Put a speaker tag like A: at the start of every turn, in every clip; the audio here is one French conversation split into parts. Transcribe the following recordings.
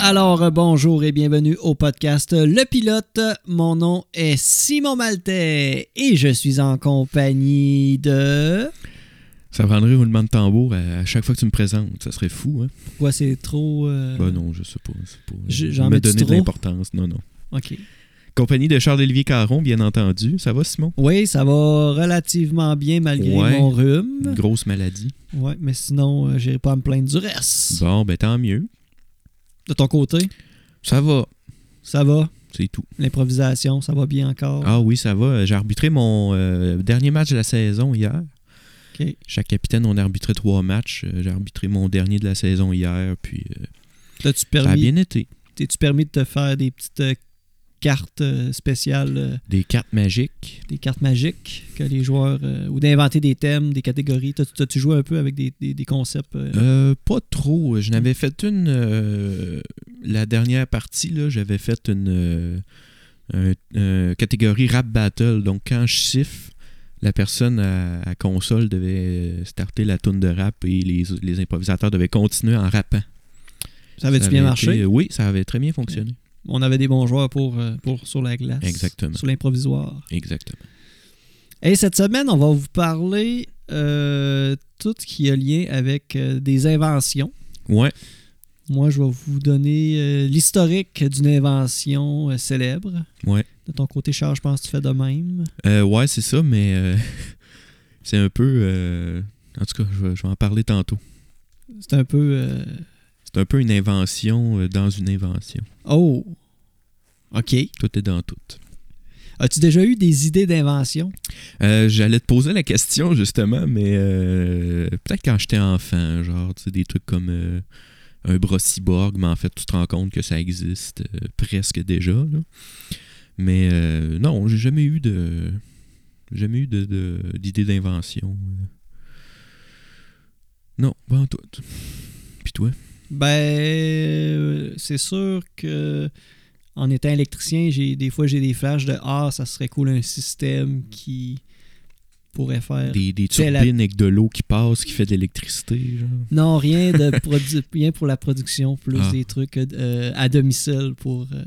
A: Alors, euh, bonjour et bienvenue au podcast Le Pilote. Mon nom est Simon Maltais et je suis en compagnie de...
B: Ça prendrait un roulement de tambour à, à chaque fois que tu me présentes. Ça serait fou, hein?
A: Pourquoi c'est trop... euh,
B: Bah non, je sais pas. C'est pas
A: J- j'en
B: me
A: mets-tu
B: donner de
A: trop?
B: l'importance. Non, non.
A: OK.
B: Compagnie de Charles-Olivier Caron, bien entendu. Ça va, Simon?
A: Oui, ça va relativement bien malgré
B: Ouais.
A: mon
B: Une
A: rhume.
B: grosse maladie.
A: Ouais, mais sinon, euh, j'irai pas à me plaindre du reste.
B: Bon, ben tant mieux.
A: De ton côté,
B: Ça va.
A: ça va.
B: C'est tout.
A: L'improvisation, ça va bien encore.
B: Ah oui, ça va. J'ai arbitré mon euh, dernier match de la saison hier.
A: OK.
B: Chaque capitaine, on a arbitré trois matchs. Euh, J'ai arbitré mon dernier de la saison hier, puis euh,
A: T'as-tu
B: ça a
A: permis,
B: bien été.
A: t'es-tu permis de te faire des petites euh, cartes euh, spéciales, euh,
B: Des cartes magiques.
A: des cartes magiques que les joueurs... euh, ou d'inventer des thèmes, des catégories. T'as- T'as-tu joué un peu avec des, des- des concepts? euh,
B: Euh, pas trop. Je n'avais fait une. euh, la dernière partie, là, j'avais fait une, euh, un- un catégorie rap battle. Donc, quand je siffle, la personne à, à console devait starter la toune de rap et les, les improvisateurs devaient continuer en rappant.
A: ça avait-tu bien marché?
B: été- euh, oui, ça avait très bien fonctionné.
A: On avait des bons joueurs pour, euh, pour sur la glace.
B: Exactement.
A: Sur l'improvisoire.
B: Exactement.
A: Et cette semaine, on va vous parler euh, tout ce qui a lien avec euh, des inventions.
B: Ouais.
A: Moi, je vais vous donner euh, l'historique d'une invention euh, célèbre.
B: Ouais.
A: De ton côté, Charles, je pense que tu fais de même.
B: Euh, ouais, c'est ça, mais euh, c'est un peu. euh, en tout cas, je vais- je vais en parler tantôt.
A: C'est un peu. euh,
B: C'est un peu une invention euh, dans une invention.
A: Oh! OK.
B: Tout est dans tout.
A: As-tu déjà eu des idées d'invention?
B: Euh, J'allais te poser la question justement, mais euh, peut-être quand j'étais enfant, genre tu sais, des trucs comme euh, un bras cyborg, mais en fait tu te rends compte que ça existe euh, presque déjà. là. Mais euh, non, j'ai jamais eu de jamais eu de- de- d'idée d'invention. euh. Non, pas en tout. Puis toi?
A: Ben, euh, c'est sûr que en étant électricien, j'ai des fois j'ai des flashs de ah, ça serait cool un système qui pourrait faire.
B: Des, des
A: C'est
B: turbines
A: la-
B: avec de l'eau qui passe, qui fait de l'électricité, genre.
A: Non, rien de produ- rien pour la production, plus
B: Ah.
A: des trucs euh, à domicile pour euh,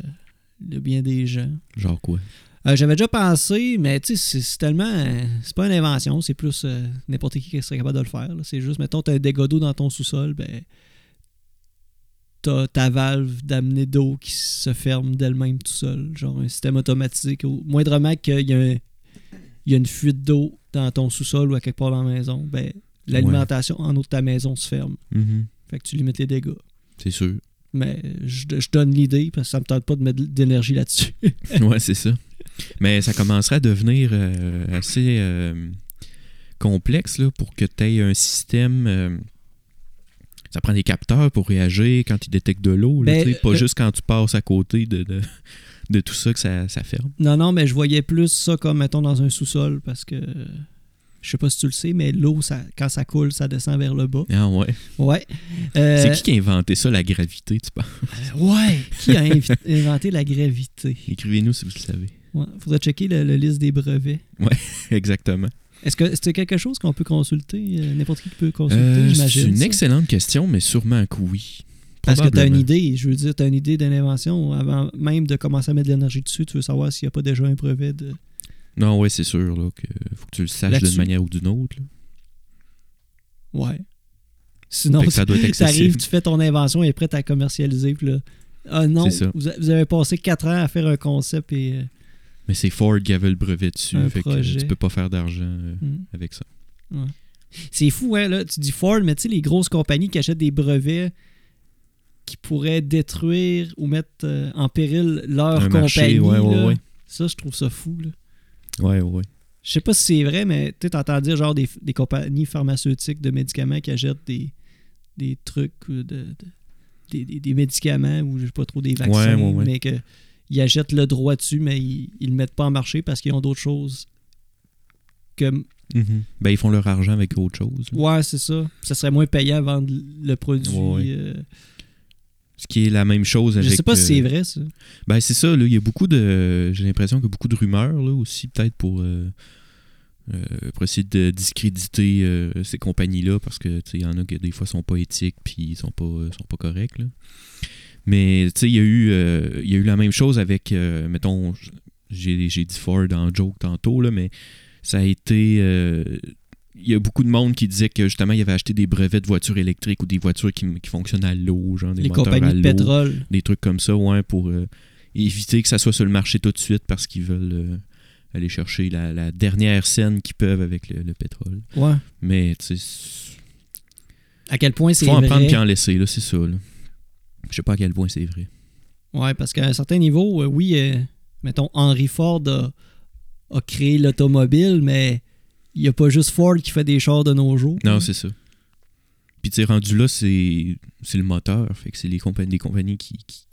A: le bien des gens.
B: Genre quoi?
A: Euh, J'avais déjà pensé, mais tu sais, c'est- c'est tellement. euh, C'est pas une invention, c'est plus euh, n'importe qui qui serait capable de le faire. là. C'est juste, mettons, t'as un dégât d'eau dans ton sous-sol, ben. T'as ta valve d'amener d'eau qui se ferme d'elle-même tout seul. Genre un système automatisé. qui, Au moindrement qu'il y, a un- il y a une fuite d'eau dans ton sous-sol ou à quelque part dans la maison, ben, l'alimentation en eau de ta maison se ferme.
B: Mhm,
A: Fait que tu limites les dégâts.
B: C'est sûr.
A: Mais je, je donne l'idée parce que ça me tente pas de mettre de l'énergie là-dessus.
B: ouais, c'est ça. Mais ça commencerait à devenir euh, assez euh, complexe là, pour que tu aies un système. euh, ça prend des capteurs pour réagir quand ils détectent de l'eau, là,
A: Ben,
B: tu sais, pas
A: le-
B: juste quand tu passes à côté de, de, de tout ça que ça, ça ferme.
A: Non, non, mais je voyais plus ça comme, mettons, dans un sous-sol parce que. euh, Je sais pas si tu le sais, mais l'eau, ça, quand ça coule, ça descend vers le bas.
B: Ah ouais.
A: Ouais. Euh,
B: C'est qui qui a inventé ça, la gravité, tu penses?
A: euh, Ouais. Qui a invi- inventé la gravité?
B: Écrivez-nous si vous le savez.
A: Ouais, Faudrait checker le, le liste des brevets.
B: Exactement.
A: Est-ce que c'est quelque chose qu'on peut consulter? euh, N'importe qui peut consulter,
B: Euh, c'est
A: j'imagine.
B: une
A: ça?
B: excellente question, mais sûrement que oui.
A: Parce que t'as une
B: Probablement.
A: idée, je veux dire, t'as une idée d'une invention. Avant même de commencer à mettre de l'énergie dessus, tu veux savoir s'il n'y a pas déjà un brevet de.
B: Non, ouais, c'est sûr. Là, que faut que tu le saches d'une
A: Là-dessus.
B: manière ou d'une autre. là.
A: Ouais. Sinon,
B: Fait que ça doit être
A: T'arrives,
B: accessible.
A: tu fais ton invention et est prête à commercialiser. Puis là, ah non,
B: C'est ça.
A: vous, a- vous avez passé quatre ans à faire un concept et. euh,
B: Mais c'est Ford qui avait le brevet dessus.
A: Un
B: fait que
A: projet.
B: euh, tu peux pas faire d'argent euh,
A: hmm.
B: avec ça.
A: C'est fou, hein, là. Tu dis Ford, mais tu sais, les grosses compagnies qui achètent des brevets qui pourraient détruire ou mettre euh, en péril leur
B: Un
A: compagnie.
B: marché, ouais, ouais,
A: là.
B: ouais.
A: Ça, je trouve ça fou, là.
B: Ouais, ouais.
A: Je sais pas si c'est vrai, mais tu sais, t'entends dire genre des, des compagnies pharmaceutiques de médicaments qui achètent des, des trucs, ou de, de- des, des- des médicaments ou je sais pas trop des vaccins,
B: Ouais, ouais, ouais.
A: mais que ils achètent le droit dessus, mais ils, ils le mettent pas en marché parce qu'ils ont d'autres choses. Que,
B: Ben, ils font leur argent avec autre chose. là.
A: ouais, c'est ça. Ça serait moins payant à vendre le produit.
B: Ouais, ouais.
A: euh,
B: Ce qui est la même chose
A: je
B: avec.
A: sais pas si
B: euh,
A: c'est vrai, ça.
B: Ben, c'est ça, là. Il y a beaucoup de. J'ai l'impression qu'il y a beaucoup de rumeurs, là, aussi, peut-être pour. euh, euh, pour essayer de discréditer euh, ces euh, compagnies-là parce que tu sais, il y en a qui des fois sont pas éthiques puis ils sont pas sont pas corrects là. Mais tu sais, il y, a eu, euh, il y a eu la même chose avec, euh, mettons, j'ai j'ai dit Ford en joke tantôt, là, mais ça a été. euh, il y a beaucoup de monde qui disait que justement, il avait acheté des brevets de voitures électriques ou des voitures qui, qui fonctionnent à l'eau, genre des
A: les
B: moteurs à
A: compagnies de
B: l'eau,
A: pétrole.
B: des trucs comme ça, ouais, pour euh, éviter que ça soit sur le marché tout de suite parce qu'ils veulent euh, aller chercher la, la dernière scène qu'ils peuvent avec le, le pétrole.
A: Ouais.
B: Mais tu sais,
A: À quel point c'est
B: faut en
A: vrai.
B: prendre et en laisser, là, c'est ça. Là. Je sais pas à quel point c'est vrai.
A: Ouais, parce qu'à un certain niveau, euh, oui, euh, mettons, Henry Ford a, a créé l'automobile, mais il n'y a pas juste Ford qui fait des chars de nos jours.
B: Non, c'est ça. Puis, tu sais, rendu là, c'est c'est le moteur. Fait que c'est les compagnies, des compagnies qui, qui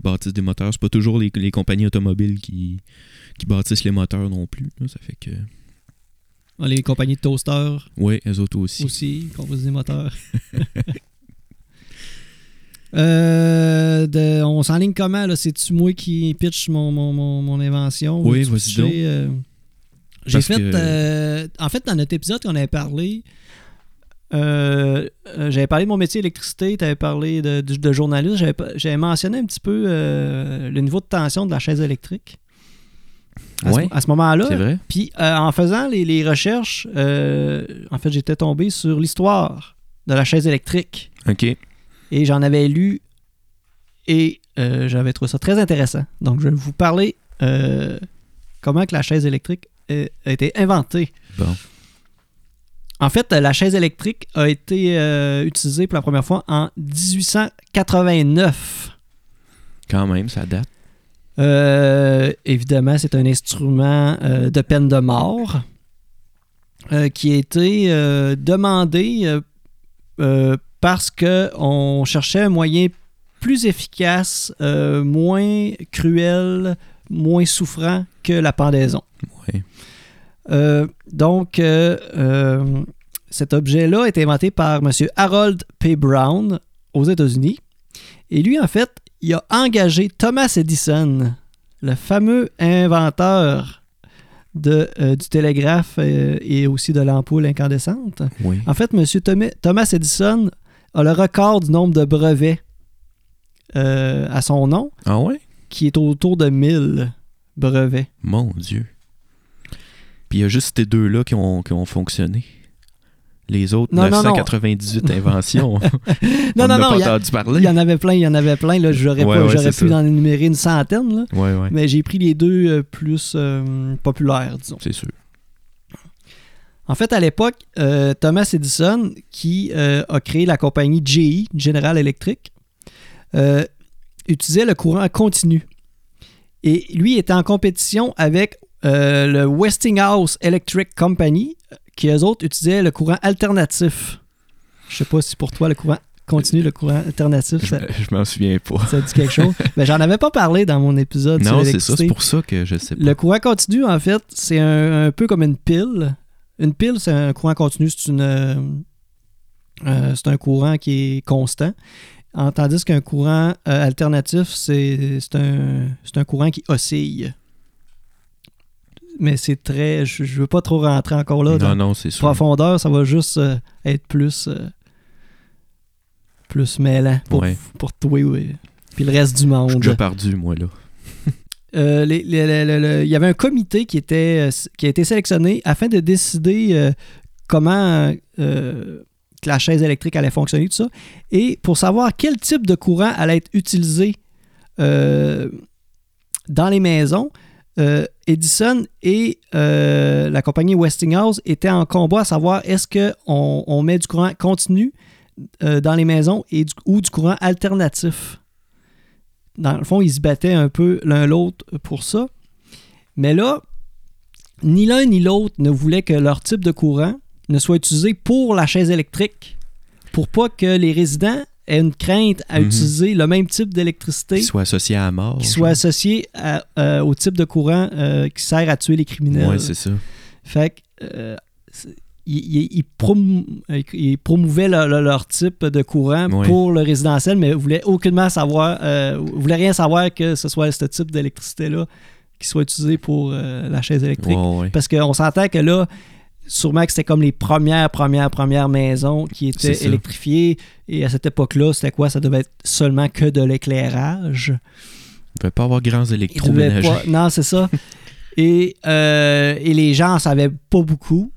B: bâtissent des moteurs. C'est pas toujours les, les compagnies automobiles qui, qui bâtissent les moteurs non plus. là. Ça fait que.
A: Ah, Les compagnies de toasters
B: Ouais, elles autres aussi.
A: aussi, composent des moteurs. Euh, de- on s'enligne comment, là? C'est-tu moi qui pitch mon, mon, mon, mon invention?
B: Oui,
A: Veux-tu
B: vas-y
A: pitcher,
B: donc.
A: euh, J'ai
B: Parce
A: fait...
B: que-
A: euh, en fait, dans notre épisode qu'on avait parlé, euh, euh, j'avais parlé de mon métier électricité, tu avais parlé de, du- de journaliste, j'avais pas- j'avais mentionné un petit peu euh, le niveau de tension de la chaise électrique. À ce-
B: Ouais.
A: à ce moment-là,
B: C'est vrai?
A: puis euh, en faisant les, les recherches, euh, en fait, j'étais tombé sur l'histoire de la chaise électrique.
B: OK.
A: Et j'en avais lu et euh, j'avais trouvé ça très intéressant. Donc, je vais vous parler euh, comment que la chaise électrique euh, a été inventée.
B: Bon.
A: En fait, euh, la chaise électrique a été euh, utilisée pour la première fois en 1889.
B: Quand même, ça date.
A: Euh, évidemment, c'est un instrument euh, de peine de mort euh, qui a été euh, demandé euh, euh, parce qu'on cherchait un moyen plus efficace, euh, moins cruel, moins souffrant que la pendaison.
B: Ouais.
A: Euh, donc, euh, euh, cet objet-là est inventé par M. Harold P. Brown aux États-Unis. Et lui, en fait, il a engagé Thomas Edison, le fameux inventeur de, euh, du télégraphe euh, et aussi de l'ampoule incandescente.
B: Oui.
A: En fait, M. Thomas Edison a le record du nombre de brevets euh, à son nom,
B: Ah ouais?
A: qui est autour de 1000 brevets.
B: Mon Dieu. Puis il y a juste ces deux-là qui ont, qui ont fonctionné. Les autres
A: Non, non, non.
B: 998 inventions.
A: Non,
B: on
A: non,
B: en a
A: non,
B: pas
A: il y a-
B: entendu
A: Il y
B: parler.
A: en avait plein, il y en avait plein. Là, j'aurais
B: Ouais,
A: pas-
B: ouais,
A: j'aurais
B: c'est
A: pu
B: ça.
A: en énumérer une centaine, là.
B: Ouais, ouais.
A: mais j'ai pris les deux euh, plus euh, populaires, disons.
B: C'est sûr.
A: En fait, à l'époque, euh, Thomas Edison, qui euh, a créé la compagnie GE, General Electric, euh, utilisait le courant continu. Et lui était en compétition avec euh, le Westinghouse Electric Company, qui eux autres utilisaient le courant alternatif. Je sais pas si pour toi le courant continu, le courant alternatif,
B: Je,
A: ça,
B: je m'en souviens pas.
A: ça dit quelque chose. Mais j'en avais pas parlé dans mon épisode sur
B: Non, c'est ça.
A: l'électricité.
B: C'est pour ça que je sais pas.
A: Le courant continu, en fait, c'est un, un peu comme une pile. Une pile, c'est un courant continu, c'est une euh, euh, c'est un courant qui est constant. En- Tandis qu'un courant euh, alternatif, c'est c'est un, c'est un courant qui oscille. Mais c'est très. Je, je veux pas trop rentrer encore là. dans
B: non, non, c'est sûr.
A: profondeur, ça va juste euh, être plus. euh, plus mêlant pour,
B: Ouais.
A: pour toi. oui. Puis le reste du
B: Je suis
A: monde.
B: déjà perdu, moi, là.
A: Euh, les- les- les- les- les- il y avait un comité qui, était, euh, s- qui a été sélectionné afin de décider euh, comment euh, que la chaise électrique allait fonctionner, tout ça, et pour savoir quel type de courant allait être utilisé euh, dans les maisons. euh, Edison et euh, la compagnie Westinghouse étaient en combat à savoir est-ce qu'on on met du courant continu euh, dans les maisons et du- ou du courant alternatif dans le fond, ils se battaient un peu l'un l'autre pour ça. Mais là, ni l'un ni l'autre ne voulait que leur type de courant ne soit utilisé pour la chaise électrique, pour pas que les résidents aient une crainte à
B: Mhm.
A: utiliser le même type d'électricité
B: Qu'il soit associé à la mort.
A: qui soit associé à- euh, au type de courant euh, qui sert à tuer les criminels.
B: Oui, c'est ça.
A: Fait que, euh, c'est- ils, ils- ils promou- ils promouvaient leur, leur- leur type de courant
B: Ouais.
A: pour le résidentiel, mais voulaient aucunement savoir, euh, voulaient rien savoir que ce soit ce type d'électricité-là qui soit utilisé pour euh, la chaise
B: Ouais,
A: électrique.
B: ouais.
A: Parce qu'on s'entend que là, sûrement que c'était comme les premières, premières, premières maisons qui
B: C'est
A: étaient
B: ça.
A: électrifiées. Et à cette époque-là, c'était quoi? Ça devait être seulement que de l'éclairage.
B: Il ne peut pas avoir grands
A: Il devait
B: électroménagers.
A: pas- Non, c'est ça. et, euh, et les gens en savaient pas beaucoup.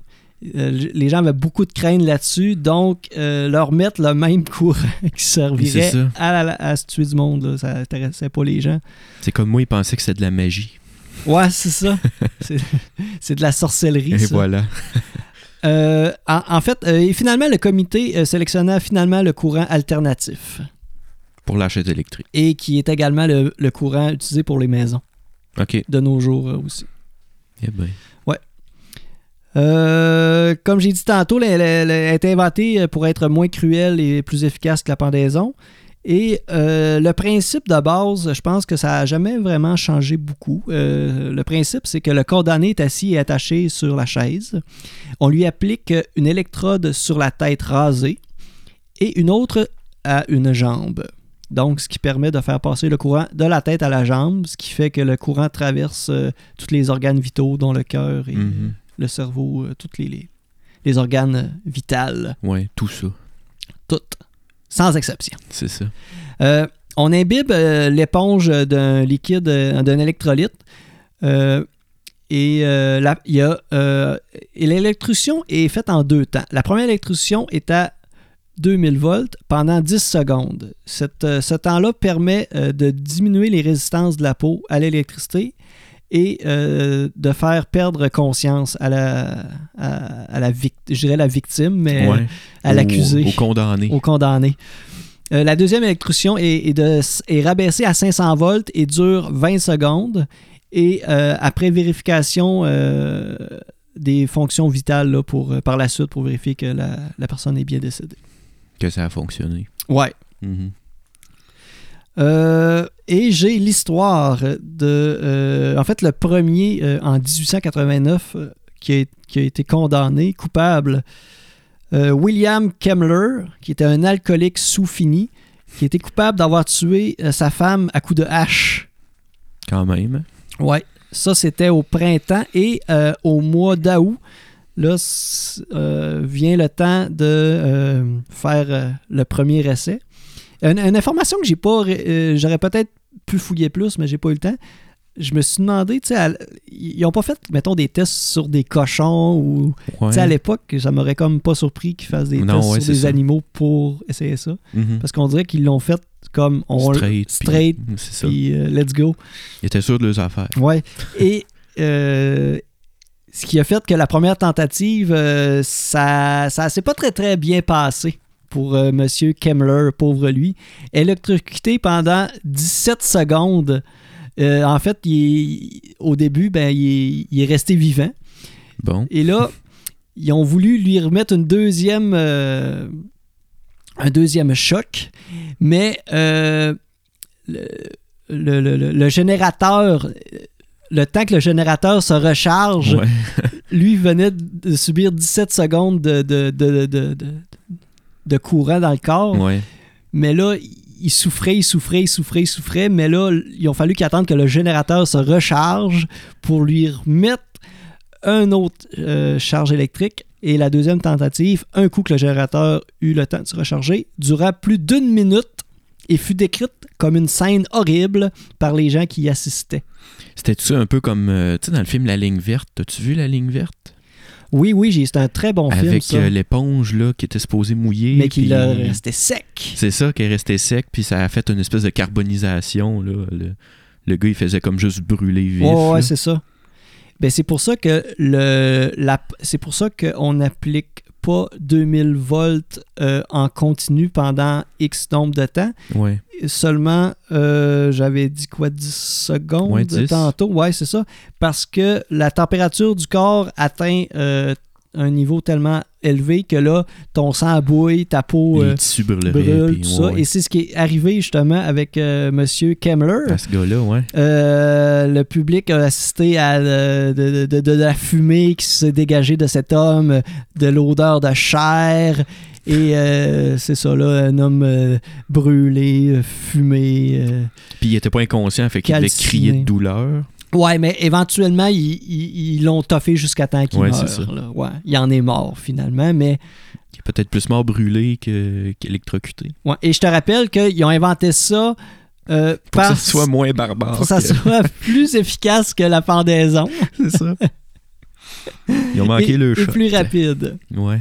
A: Euh, les gens avaient beaucoup de crainte là-dessus, donc euh, leur mettre le même courant qui
B: C'est
A: servirait
B: ça.
A: à, la, à se tuer du monde, là, ça intéressait pas les gens.
B: C'est comme moi, ils pensaient que c'était de la magie.
A: Ouais, c'est ça. c'est c'est de la sorcellerie.
B: Et
A: ça.
B: voilà.
A: Euh, en, en fait, euh, et finalement, le comité euh, sélectionna finalement le courant alternatif
B: Pour la chaise électrique.
A: et qui est également le, le courant utilisé pour les maisons
B: OK.
A: de nos jours euh, aussi.
B: Eh ben,
A: Euh, comme j'ai dit tantôt, elle a été inventée euh, pour être moins cruelle et plus efficace que la pendaison. Et euh, le principe de base, je pense que ça n'a jamais vraiment changé beaucoup. Euh, le principe, c'est que le condamné est assis et attaché sur la chaise. On lui applique une électrode sur la tête rasée et une autre à une jambe. Donc, ce qui permet de faire passer le courant de la tête à la jambe, ce qui fait que le courant traverse euh, tous les organes vitaux, dont le cœur et,
B: mhm.
A: le cerveau, euh, toutes les, les, les organes euh, vitaux,
B: ouais, tout ça.
A: toutes, sans exception.
B: C'est ça.
A: Euh, on imbibe euh, l'éponge d'un liquide, euh, d'un électrolyte, euh, et euh, la- il y a, euh, et l'électrocution est faite en deux temps. La première électrocution est à 2000 volts pendant 10 secondes. Cette, euh, ce temps-là permet euh, de diminuer les résistances de la peau à l'électricité et euh, de faire perdre conscience à la, à, à la, vic- je dirais la victime, mais
B: ouais.
A: Euh, à l'accusé
B: Au, au condamné.
A: au condamné. Euh, la deuxième électrocution est, est de- est rabaissée à 500 volts et dure 20 secondes. Et euh, après vérification euh, des fonctions vitales là, pour, euh, par la suite pour vérifier que la, la personne est bien décédée.
B: Que ça a fonctionné.
A: Ouais.
B: Mhm.
A: Euh, et j'ai l'histoire de. euh, en fait, le premier euh, en 1889 euh, qui, a, qui a été condamné, coupable, euh, William Kemmler, qui était un alcoolique sous fini, qui était coupable d'avoir tué euh, sa femme à coups de hache.
B: Quand même. hein.
A: Ouais. Ça, c'était au printemps et euh, au mois d'août. Là, s- euh, vient le temps de euh, faire euh, le premier essai. Une, une information que j'ai pas, ré- euh, j'aurais peut-être pu fouiller plus, mais j'ai pas eu le temps. Je me suis demandé, tu sais, à l- ils ils ont pas fait, mettons, des tests sur des cochons ou, tu sais, à
B: Ouais.
A: l'époque, ça m'aurait comme pas surpris qu'ils fassent des
B: Non,
A: tests
B: ouais,
A: sur
B: c'est
A: des
B: ça.
A: animaux pour essayer ça,
B: Mhm.
A: parce qu'on dirait qu'ils l'ont fait comme on
B: Straight. puis-
A: straight,
B: C'est ça.
A: puis euh, let's go.
B: Ils étaient sûrs de leurs affaires.
A: Ouais. Et euh, ce qui a fait que la première tentative, euh, ça, ça s'est pas très très bien passé pour euh, Monsieur Kemmler, pauvre lui. Électrocuté pendant 17 secondes. Euh, en fait, il est- au début, ben, il, est- il est resté vivant.
B: Bon.
A: Et là, ils ont voulu lui remettre une deuxième, euh, un deuxième choc, mais euh, le, le- le- le- le générateur, euh, le temps que le générateur se recharge,
B: Ouais.
A: lui venait de subir 17 secondes de, de, de- de- de- de courant dans le corps,
B: Ouais.
A: mais là, il souffrait, il souffrait, il souffrait, il souffrait, mais là, ils ont fallu qu'il attende que le générateur se recharge pour lui remettre un autre euh, charge électrique. Et la deuxième tentative, un coup que le générateur eut le temps de se recharger, dura plus d'une minute et fut décrite comme une scène horrible par les gens qui y assistaient.
B: C'était ça un peu comme, euh, tu sais, dans le film La Ligne Verte. T'as-tu vu La Ligne Verte?
A: Oui, oui, j'ai- c'est un très bon film,
B: Avec
A: ça,
B: euh, l'éponge, là, qui était supposée mouiller.
A: mais qui
B: puis- euh,
A: leur restait sec.
B: C'est ça, qui est resté sec, puis ça a fait une espèce de carbonisation, là. Le, le gars, il faisait comme juste brûler vif.
A: Ouais, ouais,
B: là.
A: c'est ça. Ben, c'est pour ça que le la, c'est pour ça qu'on n'applique pas 2000 volts euh, en continu pendant X nombre de temps.
B: Ouais.
A: Seulement, euh, j'avais dit quoi, 10 secondes
B: Ouais, 10.
A: tantôt. Ouais, c'est ça. Parce que la température du corps atteint euh, un niveau tellement élevé que là, ton sang bouille, ta peau euh,
B: Les tissus brûleraient.
A: brûle,
B: puis
A: tout
B: ouais,
A: ça.
B: ouais.
A: Et c'est ce qui est arrivé justement avec euh, Monsieur Kemmler.
B: À ce gars-là, ouais.
A: Euh, le public a assisté à euh, de, de- de- de la fumée qui s'est dégagée de cet homme, euh, de l'odeur de chair. Et euh, c'est ça, là, un homme euh, brûlé, euh, fumé. euh,
B: Puis il était pas inconscient, fait qu'il devait
A: Calciné.
B: crier de douleur.
A: Ouais, mais éventuellement, ils- ils ils l'ont toffé jusqu'à temps qu'il
B: Ouais,
A: meure.
B: c'est ça.
A: là. Ouais, il en est mort finalement, mais
B: Qui est peut-être plus mort brûlé que- qu'électrocuté.
A: ouais. et je te rappelle qu'ils ont inventé ça euh,
B: Pour que
A: parce-
B: ça soit moins barbare.
A: pour que ça
B: que-
A: soit plus efficace que la pendaison
B: C'est ça. Ils ont manqué
A: et,
B: le
A: et
B: shot.
A: plus rapide.
B: Ouais.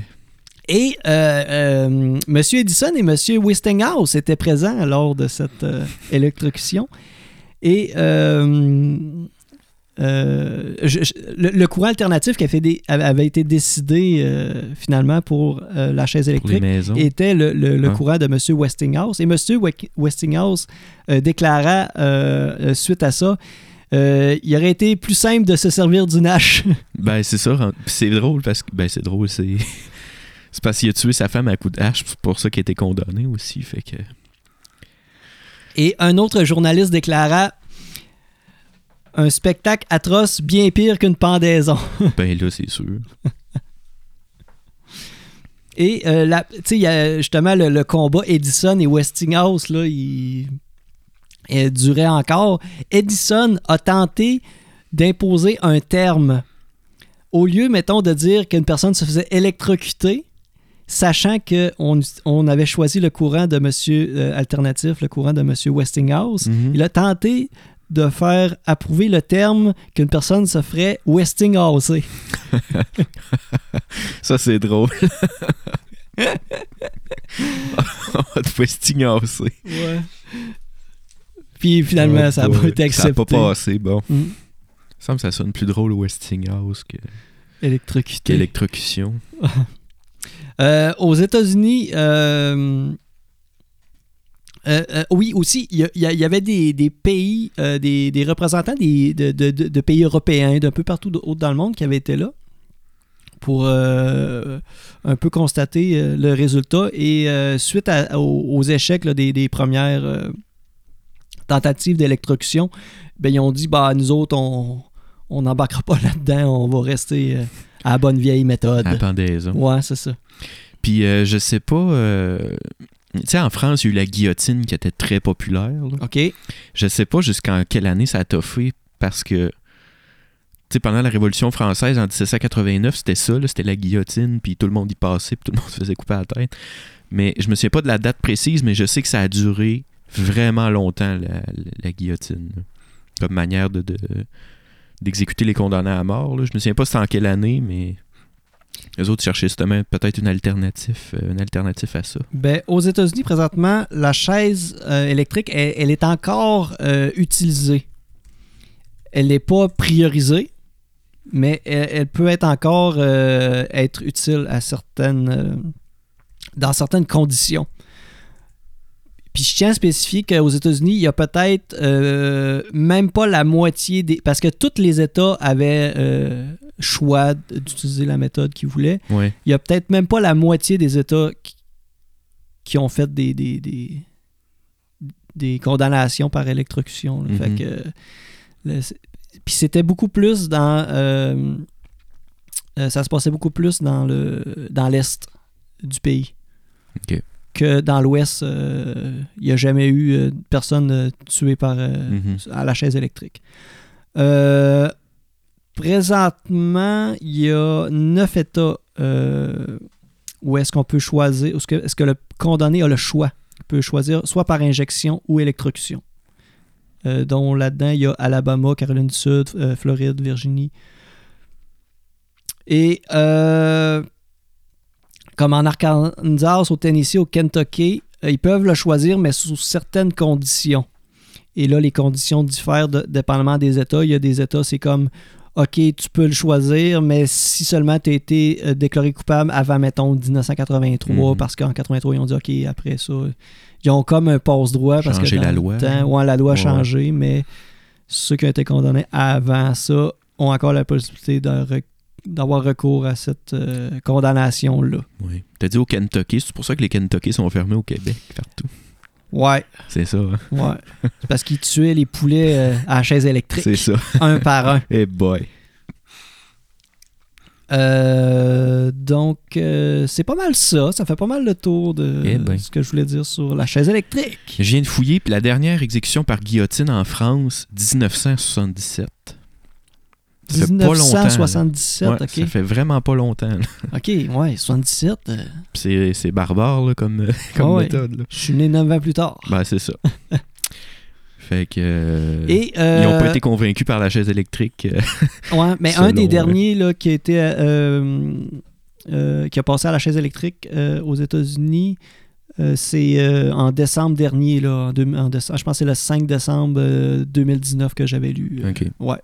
A: Et euh, euh, M. Edison et M. Westinghouse étaient présents lors de cette euh, électrocution. Et euh, euh, je- je- le, le courant alternatif qui a fait des- avait été décidé euh, finalement pour euh, la chaise
B: Pour les
A: électrique
B: maisons.
A: était le, le- le
B: Ah.
A: courant de M. Westinghouse. Et M. Wek- Westinghouse euh, déclara euh, euh, suite à ça, euh, il aurait été plus simple de se servir du Nash.
B: Ben, c'est ça. hein. Puis C'est drôle parce que. Ben, c'est drôle, c'est. C'est parce qu'il a tué sa femme à coups de hache, c'est pour ça qu'il était condamné aussi. Fait que.
A: Et un autre journaliste déclara un spectacle atroce bien pire qu'une pendaison.
B: Ben là, c'est sûr.
A: Et euh, la- tu sais, il y a justement le, le combat Edison et Westinghouse, là, il, il durait encore. Edison a tenté d'imposer un terme. Au lieu, mettons, de dire qu'une personne se faisait électrocuter, sachant qu'on on avait choisi le courant de monsieur euh, alternatif, le courant de monsieur Westinghouse,
B: Mhm.
A: Mm-hmm. Il a tenté de faire approuver le terme qu'une personne se ferait Westinghouse.
B: Ça, c'est drôle. On va te Westinghouse.
A: Puis finalement,
B: Oh
A: ça n'a
B: boy.
A: pas été
B: Ça a
A: accepté.
B: pas passé, bon.
A: Mm.
B: Ça me ça sonne plus drôle Westinghouse que-
A: Électrocuté.
B: qu'électrocution.
A: Euh, aux États-Unis, euh, euh, euh, oui, aussi, il y, a- il y a- il y avait des, des pays, euh, des, des représentants des- de, de- de- de pays européens, d'un peu partout d- autre dans le monde qui avaient été là pour euh, un peu constater euh, le résultat. Et euh, suite à- aux, aux échecs là, des, des premières euh, tentatives d'électrocution, ben, ils ont dit bah, nous autres, on on n'embarquera pas là-dedans, on va rester euh, à la bonne vieille méthode.
B: La pendaison.
A: Ouais, c'est ça.
B: Puis euh, je sais pas. euh, Tu sais, en France, il y a eu la guillotine qui était très populaire. là.
A: OK.
B: Je sais pas jusqu'en quelle année ça a toffé parce que. Tu sais, pendant la Révolution française en 1789, c'était ça, là, c'était la guillotine, puis tout le monde y passait, puis tout le monde se faisait couper la tête. Mais je me souviens pas de la date précise, mais je sais que ça a duré vraiment longtemps, la, la- la guillotine, là, comme manière de, de- d'exécuter les condamnés à mort. là. Je me souviens pas c'était en quelle année, mais les autres cherchaient justement peut-être une alternative, euh, une alternative à ça.
A: Ben, aux États-Unis, présentement, la chaise euh, électrique, elle, elle est encore euh, utilisée. Elle n'est pas priorisée, mais elle, elle peut être encore euh, être utile à certaines, euh, dans certaines conditions. Puis je tiens à spécifier qu'aux États-Unis, il y a peut-être euh, même pas la moitié des... Parce que tous les États avaient euh, choix d'utiliser la méthode qu'ils voulaient
B: Ouais.
A: il y a peut-être même pas la moitié des États qui, qui ont fait des, des, des, des condamnations par électrocution. là.
B: Mhm.
A: Fait que, le- c'est- puis c'était beaucoup plus dans... euh, euh, ça se passait beaucoup plus dans le dans l'est du pays
B: Ok.
A: que dans l'ouest. euh, Il n'y a jamais eu euh, personne euh, tuée par euh,
B: Mhm.
A: à la chaise électrique. Euh, présentement, il y a neuf États euh, où est-ce qu'on peut choisir, où est-ce que, est-ce que le condamné a le choix, il peut choisir soit par injection ou électrocution. Euh, dont là-dedans, il y a Alabama, Caroline du Sud, euh, Floride, Virginie. Et euh, comme en Arkansas, au Tennessee, au Kentucky, euh, ils peuvent le choisir, mais sous certaines conditions. Et là, les conditions diffèrent de- dépendamment des États. Il y a des États, c'est comme, OK, tu peux le choisir, mais si seulement tu as été euh, déclaré coupable avant, mettons, 1983,
B: Mhm.
A: parce qu'en 83, ils ont dit, OK, après ça, ils ont comme un passe-droit. parce que
B: Changer
A: dans
B: la
A: le
B: loi.
A: temps, ouais, la loi a
B: Ouais.
A: changé, mais ceux qui ont été condamnés avant ça ont encore la possibilité de re- d'avoir recours à cette euh, condamnation-là.
B: Ouais. T'as dit au Kentucky, c'est pour ça que les Kentucky sont fermés au Québec, partout.
A: Ouais,
B: C'est ça, hein?
A: ouais. C'est parce qu'ils tuaient les poulets euh, à la chaise électrique,
B: C'est ça.
A: un par un.
B: Eh boy.
A: Euh, donc, euh, c'est pas mal ça. Ça fait pas mal le tour de
B: Eh ben.
A: ce que je voulais dire sur la chaise électrique.
B: Je viens de fouiller, puis la dernière exécution par guillotine en France, 1977. Ça fait pas longtemps, là.
A: 1977,
B: Ouais, Ça fait vraiment pas longtemps. là.
A: ok. Ok, ouais, 77. euh,
B: Puis C'est c'est barbare là, comme, euh, comme
A: Ah ouais.
B: méthode. là.
A: je suis né 9 ans plus tard.
B: Ben, c'est ça. fait que. euh,
A: Et,
B: Ils n'ont
A: euh,
B: pas été convaincus par la chaise électrique. euh,
A: Ouais, mais
B: Selon,
A: un des
B: ouais.
A: derniers là, qui, a été, euh, euh, qui a passé à la chaise électrique euh, aux États-Unis, euh, c'est euh, en décembre dernier. Là, en deux- en déce- ah, je pense que c'est le 5 décembre euh, 2019 que j'avais lu. euh,
B: Ok.
A: Ouais.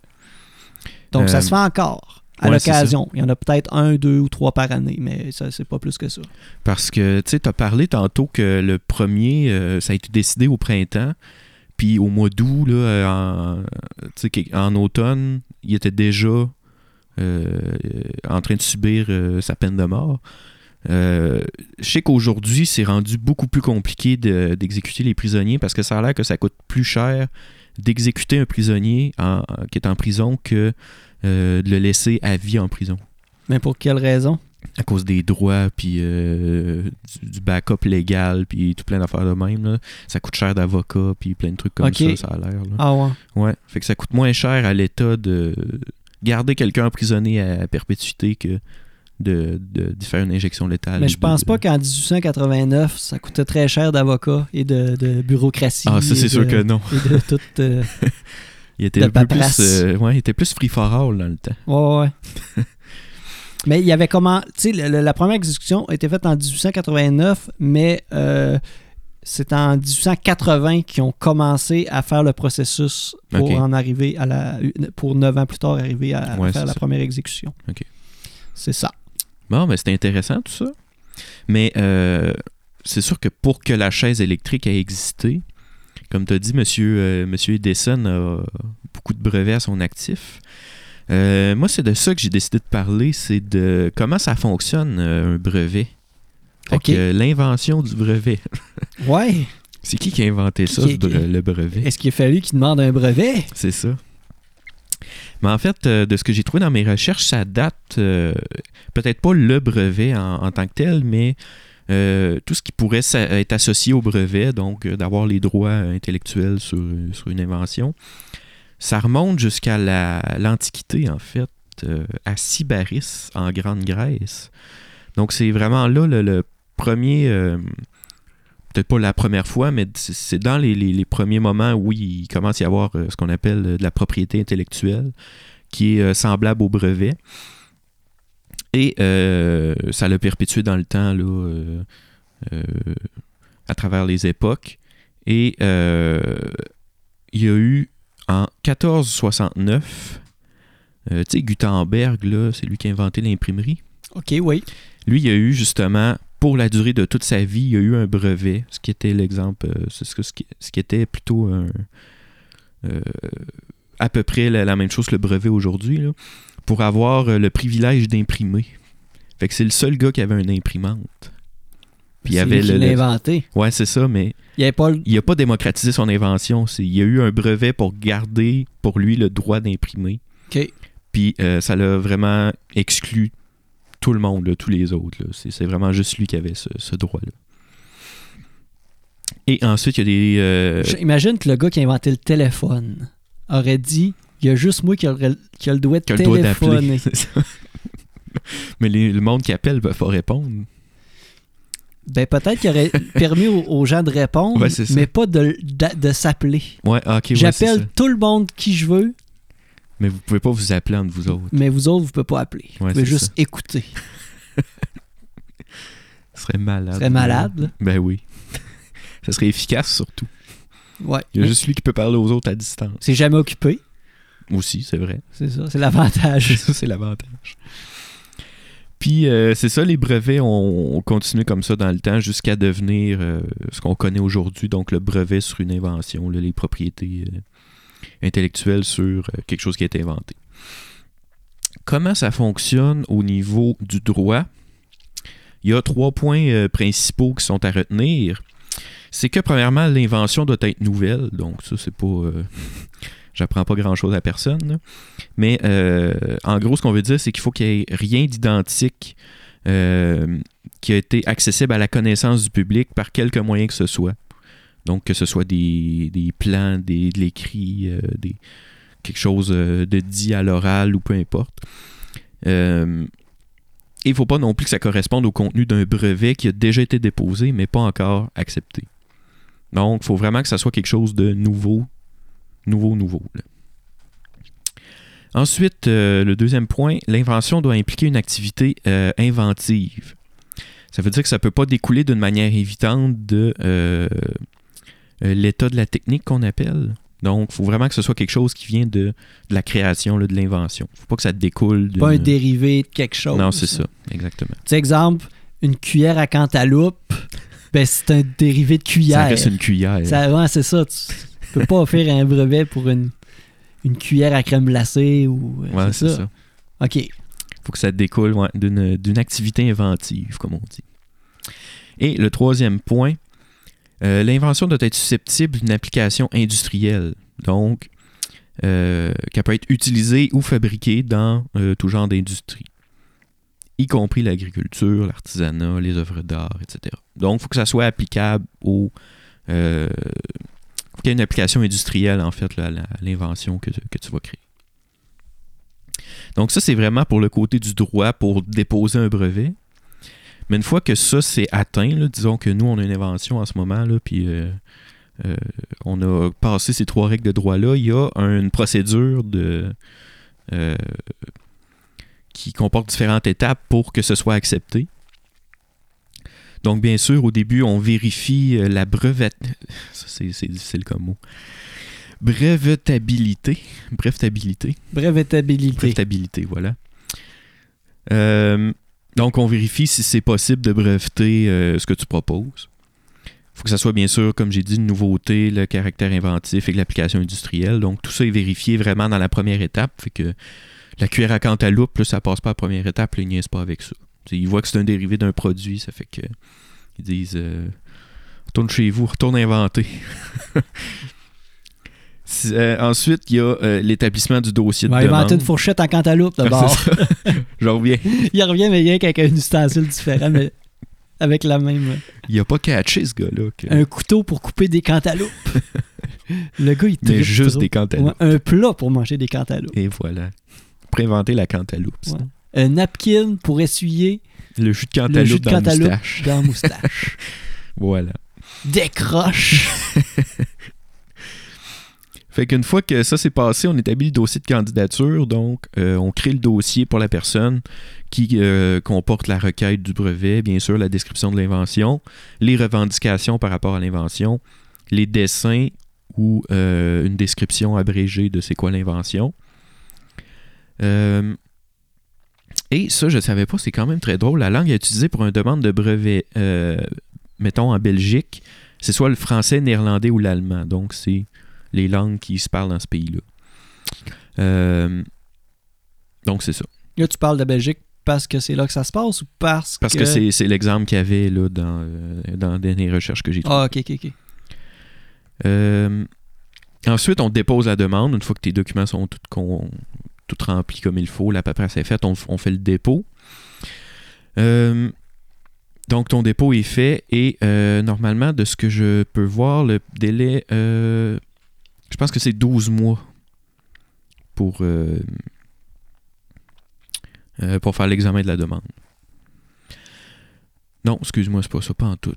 A: Donc,
B: Euh,
A: ça se fait encore. À
B: ouais, c'est ça.
A: l'occasion. Il y en a peut-être un, deux ou trois par année, mais ça, c'est pas plus que ça.
B: Parce que, tu sais, tu as parlé tantôt que le premier, euh, ça a été décidé au printemps. Puis au mois d'août, là, euh, en, tu sais, qu'en- en automne, il était déjà euh, euh, en train de subir euh, sa peine de mort. Euh, je sais qu'aujourd'hui, c'est rendu beaucoup plus compliqué de- d'exécuter les prisonniers parce que ça a l'air que ça coûte plus cher d'exécuter un prisonnier en- qui est en prison que euh, de le laisser à vie en prison
A: Mais pour quelle raison?
B: à cause des droits, puis euh, du, du backup légal, puis tout plein d'affaires de même. là. Ça coûte cher d'avocats, puis plein de trucs comme
A: Ok.
B: ça, ça a l'air. là.
A: Ah ouais.
B: Ouais, fait que ça coûte moins cher à l'État de garder quelqu'un emprisonné à perpétuité que de, de, d'y faire une injection létale.
A: Mais je
B: De-
A: pense pas qu'en 1889, ça coûtait très cher d'avocats et de, de bureaucratie.
B: Ah, ça, c'est
A: et
B: sûr
A: de-
B: que non.
A: Et de toute. euh,
B: Il était
A: De
B: un peu
A: paperasse.
B: plus, euh, ouais, il était plus free for all dans le temps.
A: Ouais, ouais, ouais. mais il y avait comment. Tu sais, le- le- la première exécution a été faite en 1889, mais euh, c'est en 1880 qu'ils ont commencé à faire le processus pour
B: Ok.
A: en arriver à la. pour neuf ans plus tard arriver à, à
B: Ouais,
A: faire
B: c'est
A: la
B: ça.
A: première exécution.
B: Ok.
A: C'est ça.
B: Bon, mais c'est intéressant tout ça. Mais euh, c'est sûr que pour que la chaise électrique ait existé, comme tu as dit, monsieur, euh, monsieur Edison a beaucoup de brevets à son actif. Euh, moi, c'est de ça que j'ai décidé de parler, c'est de comment ça fonctionne euh, un brevet. Fait
A: Ok.
B: que, euh, L'invention du brevet.
A: Ouais.
B: C'est qui qui a inventé ça,
A: Qui-
B: ce bre-
A: qui-
B: le brevet?
A: Est-ce qu'il a fallu qu'ils demandent un brevet?
B: C'est ça. Mais en fait, euh, de ce que j'ai trouvé dans mes recherches, ça date euh, peut-être pas le brevet en, en tant que tel, mais euh, tout ce qui pourrait s'a- être associé au brevet, donc euh, d'avoir les droits euh, intellectuels sur, euh, sur une invention. Ça remonte jusqu'à la- l'Antiquité, en fait, euh, à Sybaris, en Grande-Grèce. Donc c'est vraiment là le, le premier... euh, peut-être pas la première fois, mais c'est- c'est dans les, les- les premiers moments où il commence à y avoir euh, ce qu'on appelle euh, de la propriété intellectuelle, qui est euh, semblable au brevet. Et euh, ça l'a perpétué dans le temps, là, euh, euh, à travers les époques. Et euh, il y a eu, en 1469, euh, tu sais, Gutenberg, là, c'est lui qui a inventé l'imprimerie.
A: Ok, oui.
B: Lui, il a eu justement, pour la durée de toute sa vie, il a eu un brevet, ce qui était l'exemple, euh, ce, ce- ce qui, ce qui était plutôt un, euh, à peu près la, la même chose que le brevet aujourd'hui, là, pour avoir euh, le privilège d'imprimer. Fait que c'est le seul gars qui avait une imprimante. Puis il y
A: C'est
B: avait
A: lui qui
B: le-
A: l'a
B: le-
A: inventé.
B: Ouais, c'est ça, mais
A: Il n'y avait pas le.
B: il n'a pas démocratisé son invention. C'est- Il y a eu un brevet pour garder pour lui le droit d'imprimer.
A: Ok.
B: Puis euh, ça l'a vraiment exclu tout le monde, là, tous les autres. là. C'est c'est vraiment juste lui qui avait ce, ce droit-là. Et ensuite, il y a des. euh,
A: J'imagine que le gars qui a inventé le téléphone aurait dit il y a juste moi qui a le, qui a le doigt de
B: qui a le droit
A: téléphoner.
B: d'appeler. C'est ça. Mais les- le monde qui appelle ne pas répondre.
A: Ben, peut-être qu'il aurait permis aux, aux gens de répondre,
B: Ouais, c'est ça.
A: mais pas de, de, de s'appeler.
B: Ouais, ah, ok, ouais, c'est
A: J'appelle
B: ça.
A: tout le monde qui je veux,
B: Mais vous pouvez pas vous appeler entre vous autres.
A: mais vous autres, vous ne pouvez pas appeler.
B: Ouais,
A: vous pouvez
B: c'est
A: juste
B: ça.
A: écouter.
B: Ce serait malade.
A: Vous serez malade. là.
B: Ben oui. ça serait efficace surtout.
A: Ouais.
B: Il y a
A: Mais
B: juste lui qui peut parler aux autres à distance.
A: C'est jamais occupé.
B: Aussi, c'est vrai.
A: C'est ça, c'est l'avantage.
B: ça, c'est l'avantage. Puis, euh, c'est ça, les brevets ont, ont continué comme ça dans le temps jusqu'à devenir euh, ce qu'on connaît aujourd'hui, donc le brevet sur une invention, là, les propriétés euh, intellectuelles sur euh, quelque chose qui a été inventé. Comment ça fonctionne au niveau du droit? Il y a trois points euh, principaux qui sont à retenir. C'est que, premièrement, l'invention doit être nouvelle, donc ça, c'est pas... euh, J'apprends pas grand-chose à personne, là. Mais euh, en gros, ce qu'on veut dire, c'est qu'il faut qu'il n'y ait rien d'identique euh, qui a été accessible à la connaissance du public par quelque moyen que ce soit. Donc, que ce soit des, des plans, des, de l'écrit, euh, des, quelque chose euh, de dit à l'oral ou peu importe. Euh, et il ne faut pas non plus que ça corresponde au contenu d'un brevet qui a déjà été déposé, mais pas encore accepté. Donc, il faut vraiment que ça soit quelque chose de nouveau, nouveau, nouveau. là. Ensuite, euh, le deuxième point, l'invention doit impliquer une activité euh, inventive. Ça veut dire que ça ne peut pas découler d'une manière évidente de euh, euh, l'état de la technique qu'on appelle. Donc, il faut vraiment que ce soit quelque chose qui vient de, de la création, là, de l'invention. Il ne faut pas que ça découle de...
A: Pas un dérivé de quelque chose.
B: Non, c'est ça, exactement.
A: Tu sais, exemple, une cuillère à cantaloupe, ben, c'est un dérivé de
B: Ça
A: cuillère.
B: reste une cuillère.
A: Ça- ouais, c'est ça. Tu, tu peux pas offrir un brevet pour une, une cuillère à crème glacée ou. euh,
B: Ouais, c'est ça.
A: OK.
B: faut que ça découle ouais, d'une d'une activité inventive, comme on dit. Et le troisième point, euh, l'invention doit être susceptible d'une application industrielle. Donc, euh, qu'elle peut être utilisée ou fabriquée dans euh, tout genre d'industrie, y compris l'agriculture, l'artisanat, les œuvres d'art, etc. Donc, il faut que ça soit applicable au... euh, faut qu'il y ait une application industrielle, en fait, là, à la- à l'invention que, tu- que tu vas créer. Donc ça, c'est vraiment pour le côté du droit pour déposer un brevet. Mais une fois que ça, c'est atteint, là, disons que nous, on a une invention en ce moment, là, puis euh, euh, on a passé ces trois règles de droit-là, il y a une procédure de... euh, qui comporte différentes étapes pour que ce soit accepté. Donc, bien sûr, au début, on vérifie euh, la brevet... Ça, c'est c'est difficile comme mot. Brevetabilité. Brevetabilité.
A: Brevetabilité.
B: Brevetabilité, voilà. Euh, donc, on vérifie si c'est possible de breveter euh, ce que tu proposes. Il faut que ça soit, bien sûr, comme j'ai dit, une nouveauté, le caractère inventif et que l'application industrielle. Donc, tout ça est vérifié vraiment dans la première étape. Fait que la cuillère à cantaloupe, là, ça passe pas à la première étape, là, ils niaisent pas avec ça. T'sais, ils voient que c'est un dérivé d'un produit, ça fait que ils disent euh, retourne chez vous, retourne inventer. Si- euh, ensuite, il y a euh, l'établissement du dossier
A: Il
B: de
A: va
B: demande.
A: inventer une fourchette à cantaloupe
B: Ah,
A: d'abord.
B: c'est ça. Je reviens.
A: Il revient, mais rien qu'avec un ustensile différent, mais avec la même.
B: Il a pas catché ce gars-là. que-
A: Un couteau pour couper des cantaloupes. Le gars, il
B: mais
A: tripe
B: juste
A: trop.
B: des cantaloupes.
A: Ouais, un plat pour manger des cantaloupes.
B: Et voilà. Pour inventer la cantaloupe. ça.
A: Ouais. Un napkin pour essuyer
B: Le jus de
A: le jus
B: cantaloupe
A: de
B: dans le
A: cantaloupe
B: moustache.
A: dans la moustache.
B: Voilà.
A: Des croches.
B: Fait qu'une fois que ça s'est passé, on établit le dossier de candidature. Donc, euh, on crée le dossier pour la personne qui euh, comporte la requête du brevet, bien sûr, la description de l'invention, les revendications par rapport à l'invention, les dessins ou euh, une description abrégée de c'est quoi l'invention. Euh, et ça, je ne savais pas, c'est quand même très drôle. La langue utilisée pour une demande de brevet, euh, mettons en Belgique, c'est soit le français, néerlandais ou l'allemand. Donc, c'est les langues qui se parlent dans ce pays-là. Euh, donc, c'est ça.
A: Là, tu parles de Belgique parce que c'est là que ça se passe ou parce,
B: Parce que c'est c'est l'exemple qu'il y avait là, dans, euh, dans les dernières recherches que j'ai trouvées.
A: Ah, ok, ok, ok.
B: Euh, ensuite, on dépose la demande. Une fois que tes documents sont tous con- tous remplis comme il faut, la paperasse est faite, on, on fait le dépôt. Euh, donc, ton dépôt est fait et euh, normalement, de ce que je peux voir, le délai, euh, je pense que c'est 12 mois pour, euh, euh, pour faire l'examen de la demande. Non, excuse-moi, c'est pas ça, pas en tout.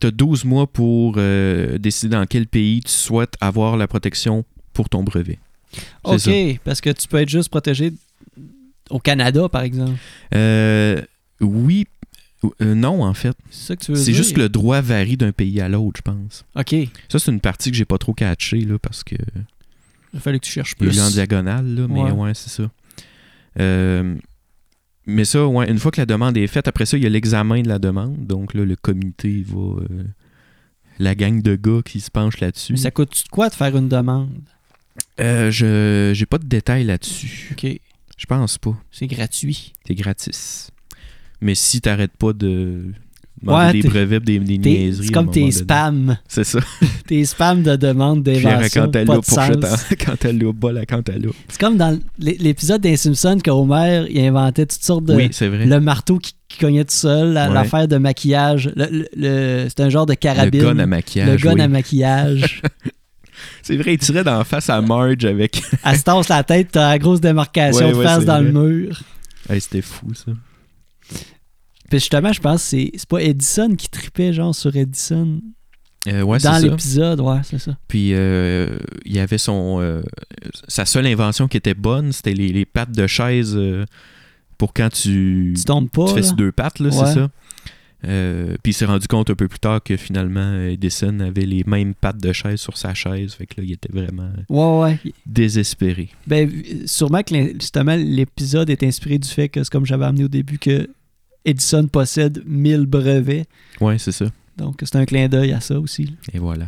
B: Tu as 12 mois pour euh, décider dans quel pays tu souhaites avoir la protection pour ton brevet. C'est
A: Ok,
B: ça.
A: parce que tu peux être juste protégé au Canada, par exemple.
B: Euh, oui, euh, non, en fait.
A: C'est ça que tu veux dire?
B: C'est juste que le droit varie d'un pays à l'autre, je pense.
A: Ok, il
B: Ça, c'est une partie que j'ai pas trop catchée, là, parce que
A: a fallu que tu cherches
B: il y a
A: plus.
B: eu en diagonale, là, mais
A: Ouais.
B: ouais, c'est ça. Euh, mais ça, ouais, une fois que la demande est faite, après ça, il y a l'examen de la demande. Donc là, le comité il va. euh, la gang de gars qui se penche là-dessus.
A: Mais ça coûte de quoi de faire une demande?
B: Euh, je j'ai pas de détails là-dessus.
A: Ok,
B: Je pense pas.
A: c'est gratuit.
B: C'est gratis. Mais si t'arrêtes pas de demander
A: Ouais,
B: des
A: t'es-
B: brevets, des, des
A: T'es- C'est
B: niaiseries. à un
A: comme
B: moment
A: tes
B: donné.
A: spams.
B: C'est ça.
A: Tes spams de demande
B: Pierre à
A: d'évasion. Pas
B: cantaloupe
A: de
B: pour hein.
A: sens.
B: Chetan. Cantaloupe, bol à cantaloupe.
A: C'est comme dans l'é- l'épisode des Simpsons que Homer il inventait toutes sortes de.
B: Oui, c'est vrai.
A: Le marteau qui, qui cognait tout seul, la-
B: Ouais.
A: l'affaire de maquillage. Le, le- le- c'est un genre de
B: Le
A: carabine.
B: gun à
A: Le
B: maquillage.
A: gun
B: oui.
A: à maquillage.
B: C'est vrai, il tirait d'en face à Marge avec.
A: Elle se tasse la tête, t'as la grosse démarcation
B: Ouais,
A: de
B: ouais,
A: face
B: c'est
A: dans le
B: vrai.
A: mur.
B: Hey, C'était fou, ça.
A: Puis justement, je pense que c'est c'est pas Edison qui tripait genre sur Edison
B: Euh, ouais, c'est
A: dans
B: ça.
A: l'épisode, ouais, c'est ça.
B: Puis euh, il y avait son euh, sa seule invention qui était bonne, c'était les, les pattes de chaise euh, pour quand tu,
A: Tu tombes pas.
B: tu fais
A: Oh là.
B: sur deux pattes, là,
A: Ouais.
B: c'est ça. Euh, puis il s'est rendu compte un peu plus tard que finalement euh, Edison avait les mêmes pattes de chaise sur sa chaise, fait que là il était vraiment
A: Ouais, ouais.
B: désespéré.
A: Ben, euh, sûrement que l'in- justement, l'épisode est inspiré du fait que, c'est comme j'avais amené au début, que Edison possède 1000 brevets.
B: Ouais, c'est ça.
A: Donc, c'est un clin d'œil à ça aussi. là.
B: Et voilà.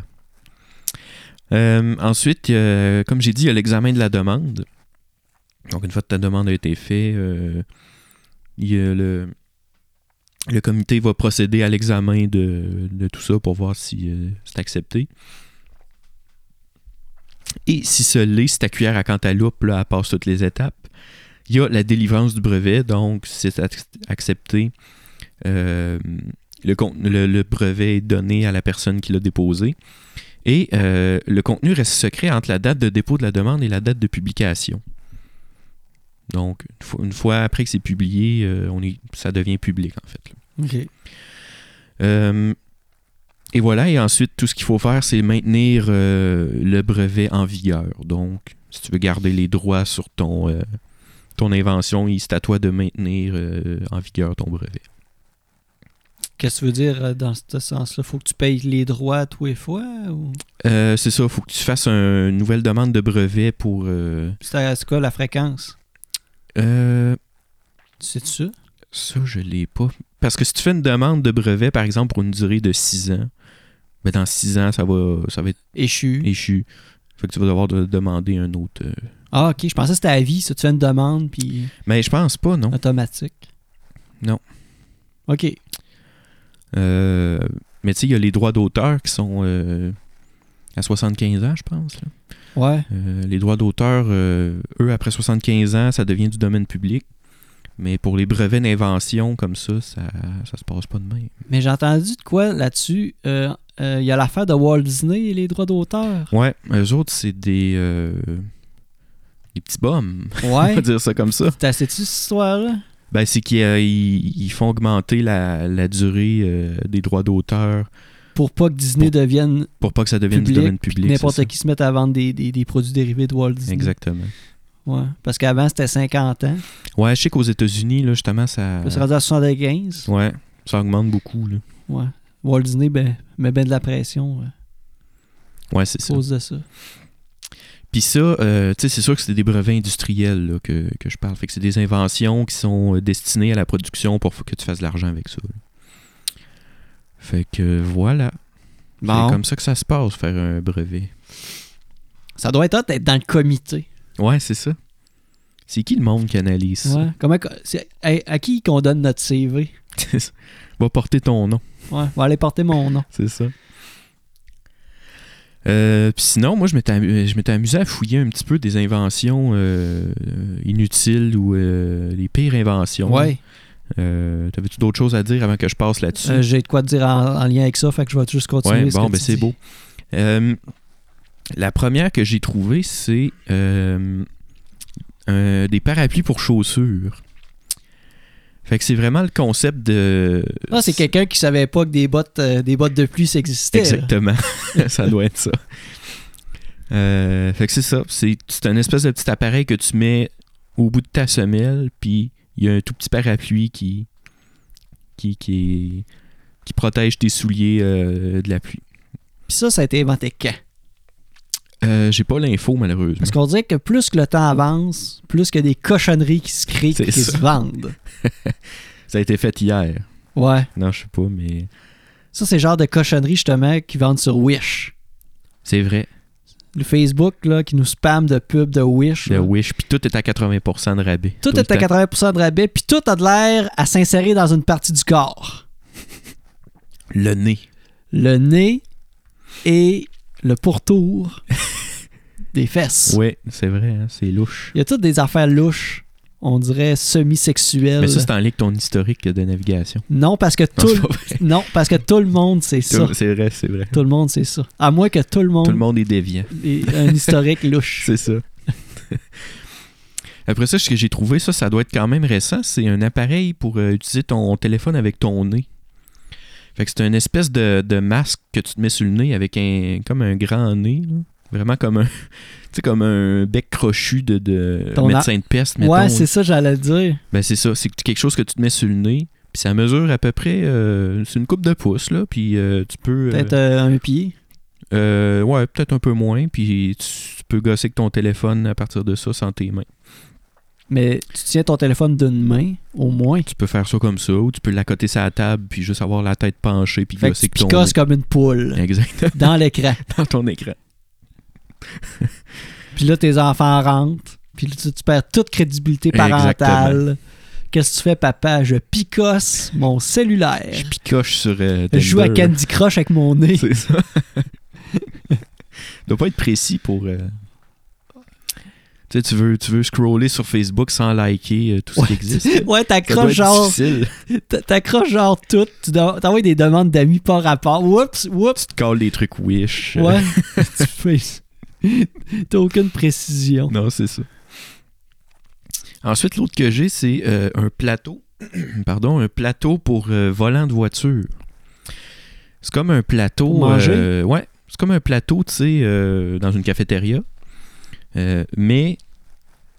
B: Euh, ensuite, euh, comme j'ai dit, il y a l'examen de la demande. Donc, une fois que ta demande a été faite, euh, il y a le, le comité va procéder à l'examen de, de tout ça pour voir si euh, c'est accepté. Et si ce l'est, si ta cuillère à cantaloupe, là, elle passe toutes les étapes. Il y a la délivrance du brevet, donc si c'est ac- accepté. euh, le, contenu- le, le brevet est donné à la personne qui l'a déposé. Et euh, le contenu reste secret entre la date de dépôt de la demande et la date de publication. Donc, une fois, une fois après que c'est publié, euh, on est, ça devient public, en fait. là. Euh, et voilà, et ensuite, tout ce qu'il faut faire, c'est maintenir euh, le brevet en vigueur. Donc, si tu veux garder les droits sur ton, euh, ton invention, il c'est à toi de maintenir euh, en vigueur ton brevet.
A: Qu'est-ce que tu veux dire euh, dans ce sens-là? Faut que tu payes les droits tous les fois? Ou...
B: Euh, c'est ça, il faut que tu fasses un- une nouvelle demande de brevet pour. euh,
A: C'est c'est quoi la fréquence?
B: euh,
A: Tu sais ça?
B: ça, je l'ai pas. Parce que si tu fais une demande de brevet, par exemple, pour une durée de 6 ans, ben dans 6 ans, ça va, ça va être
A: Échu.
B: échu. Fait que tu vas devoir de- demander un autre. euh,
A: Ah, ok. Je pensais que c'était à vie. Ça, tu fais une demande, puis
B: Mais je pense pas, non.
A: automatique.
B: Non.
A: Ok.
B: Euh, mais tu sais, il y a les droits d'auteur qui sont euh, à 75 ans, je pense. là.
A: Ouais.
B: Euh, les droits d'auteur, euh, eux, après 75 ans, ça devient du domaine public. Mais pour les brevets d'invention comme ça, ça, ça se passe pas de même.
A: Mais j'ai entendu de quoi là-dessus? Euh, euh, Il y a l'affaire de Walt Disney et les droits d'auteur.
B: Ouais, eux autres, c'est des, euh, des petits bums. On
A: Ouais.
B: va dire ça comme ça.
A: T'as sais-tu cette histoire-là?
B: Ben, c'est qu'ils euh, ils- ils font augmenter la, la durée euh, des droits d'auteur
A: Pour pas que Disney devienne
B: pour pas que ça devienne
A: public,
B: du domaine
A: puis que
B: public. c'est
A: n'importe
B: ça.
A: qui se mette à vendre des, des- des produits dérivés de Walt Disney.
B: Exactement.
A: Ouais. Parce qu'avant, c'était 50 ans.
B: Ouais, je sais qu'aux États-Unis, là, justement, ça.
A: Puis c'est rendu à 75.
B: Ouais, ça augmente beaucoup. Là.
A: Ouais. Walt Disney ben, met bien de la pression euh,
B: Ouais, c'est
A: à
B: ça.
A: cause de ça.
B: Puis ça, euh, tu sais, c'est sûr que c'est des brevets industriels là, que, que je parle. Fait que c'est des inventions qui sont euh, destinées à la production pour que tu fasses de l'argent avec ça. là. Fait que euh, voilà.
A: Bon.
B: C'est comme ça que ça se passe, faire un brevet.
A: Ça doit être hot d'être dans le comité.
B: Ouais, c'est ça. C'est qui le monde qui analyse ça?
A: Ouais. Comment, qu'on- c'est- à, à qui qu'on donne notre CV?
B: Va porter ton nom,
A: Ouais, va aller porter mon nom.
B: c'est ça. Euh, puis sinon, moi, je m'étais amu- je m'étais amusé à fouiller un petit peu des inventions euh, euh, inutiles ou euh, les pires inventions.
A: Ouais.
B: Euh, T'avais-tu d'autres choses à dire avant que je passe là-dessus?
A: Euh, J'ai de quoi te dire en, en lien avec ça, fait que je vais juste continuer.
B: Ouais,
A: ce
B: bon,
A: que
B: ben
A: tu
B: c'est
A: dis.
B: beau. Euh, la première que j'ai trouvée, c'est euh, euh, des parapluies pour chaussures. Fait que c'est vraiment le concept de.
A: Ah, c'est quelqu'un qui savait pas que des bottes, euh, des bottes de pluie, ça existait. là.
B: Exactement. ça doit être ça. Euh, fait que c'est ça. C'est c'est un espèce de petit appareil que tu mets au bout de ta semelle, puis il y a un tout petit parapluie qui, qui, qui, qui protège tes souliers euh, de la pluie.
A: Puis ça, ça a été inventé quand?
B: Euh, J'ai pas l'info, malheureusement.
A: Parce qu'on dirait que plus que le temps avance, plus qu'il y a des cochonneries qui se créent
B: C'est
A: et qui
B: ça.
A: se vendent.
B: Ça a été fait hier.
A: Ouais.
B: Non, je sais pas, mais
A: Ça, c'est le genre de cochonneries, justement, qui vendent sur Wish.
B: c'est vrai.
A: le Facebook là, qui nous spam de pubs de Wish.
B: Le
A: là.
B: Wish, puis tout est à 80% de rabais.
A: Tout
B: le
A: est à
B: temps.
A: 80% de rabais, puis tout a de l'air à s'insérer dans une partie du corps.
B: Le nez.
A: Le nez et le pourtour des fesses.
B: Ouais, c'est vrai, hein, c'est louche.
A: Il y a toutes des affaires louches. on dirait, semi-sexuel.
B: Mais ça, c'est en ligne ton historique de navigation.
A: Non, parce que
B: Non,
A: Euh. tout,
B: c'est pas vrai.
A: le- non, parce que tout le monde, c'est ça.
B: Tout- C'est vrai, c'est vrai.
A: Tout le monde, c'est ça. À moins que tout le monde,
B: Tout le monde est déviant.
A: ait un historique louche.
B: C'est ça. Après ça, ce que j'ai trouvé, ça, ça doit être quand même récent. C'est un appareil pour euh, utiliser ton téléphone avec ton nez. Fait que c'est une espèce de, de masque que tu te mets sur le nez avec un comme un grand nez. là. Vraiment comme un, tu sais, comme un bec crochu de, de
A: Ton a-
B: médecin de peste. mettons,
A: Ouais,
B: là.
A: c'est ça, j'allais dire.
B: Ben c'est ça, c'est quelque chose que tu te mets sur le nez, puis ça mesure à peu près, euh, c'est une coupe de pouce, là, puis euh, tu peux... euh,
A: Peut-être euh, un pied.
B: euh, ouais, peut-être un peu moins, puis tu, tu peux gosser avec ton téléphone à partir de ça sans tes mains.
A: Mais tu tiens ton téléphone d'une main, au moins.
B: Tu peux faire ça comme ça, ou tu peux l'accoter sur la table, puis juste avoir la tête penchée, puis
A: Fait que
B: gosser
A: tu
B: avec ton
A: picosses comme une poule
B: nez. Exactement,
A: dans l'écran.
B: dans ton écran.
A: Euh. Puis là, tes enfants rentrent. Puis là, tu, tu perds toute crédibilité parentale. Qu'est-ce que tu fais, papa? Je picosse mon
B: Je
A: cellulaire.
B: picoche sur euh,
A: Je joue à
B: Tinder.
A: Candy Crush avec mon nez.
B: C'est ça. doit pas être précis pour. euh, Tu sais, tu veux, tu veux scroller sur Facebook sans liker euh, tout ce qui existe.
A: Ouais,
B: Ça doit
A: t'accroches
B: être
A: genre,
B: difficile.
A: t- t'accroches genre tout. Tu dois- t'envoies des demandes d'amis par rapport. Oups, oups.
B: Tu te colles des trucs Wish. euh,
A: Ouais, tu fais. T'as aucune précision.
B: Non, c'est ça. Ensuite, l'autre que j'ai, c'est euh, un plateau. Pardon, un plateau pour euh, volant de voiture. C'est comme un plateau.
A: Pour manger?
B: euh, ouais, c'est comme un plateau, tu sais, euh, dans une cafétéria. Euh, mais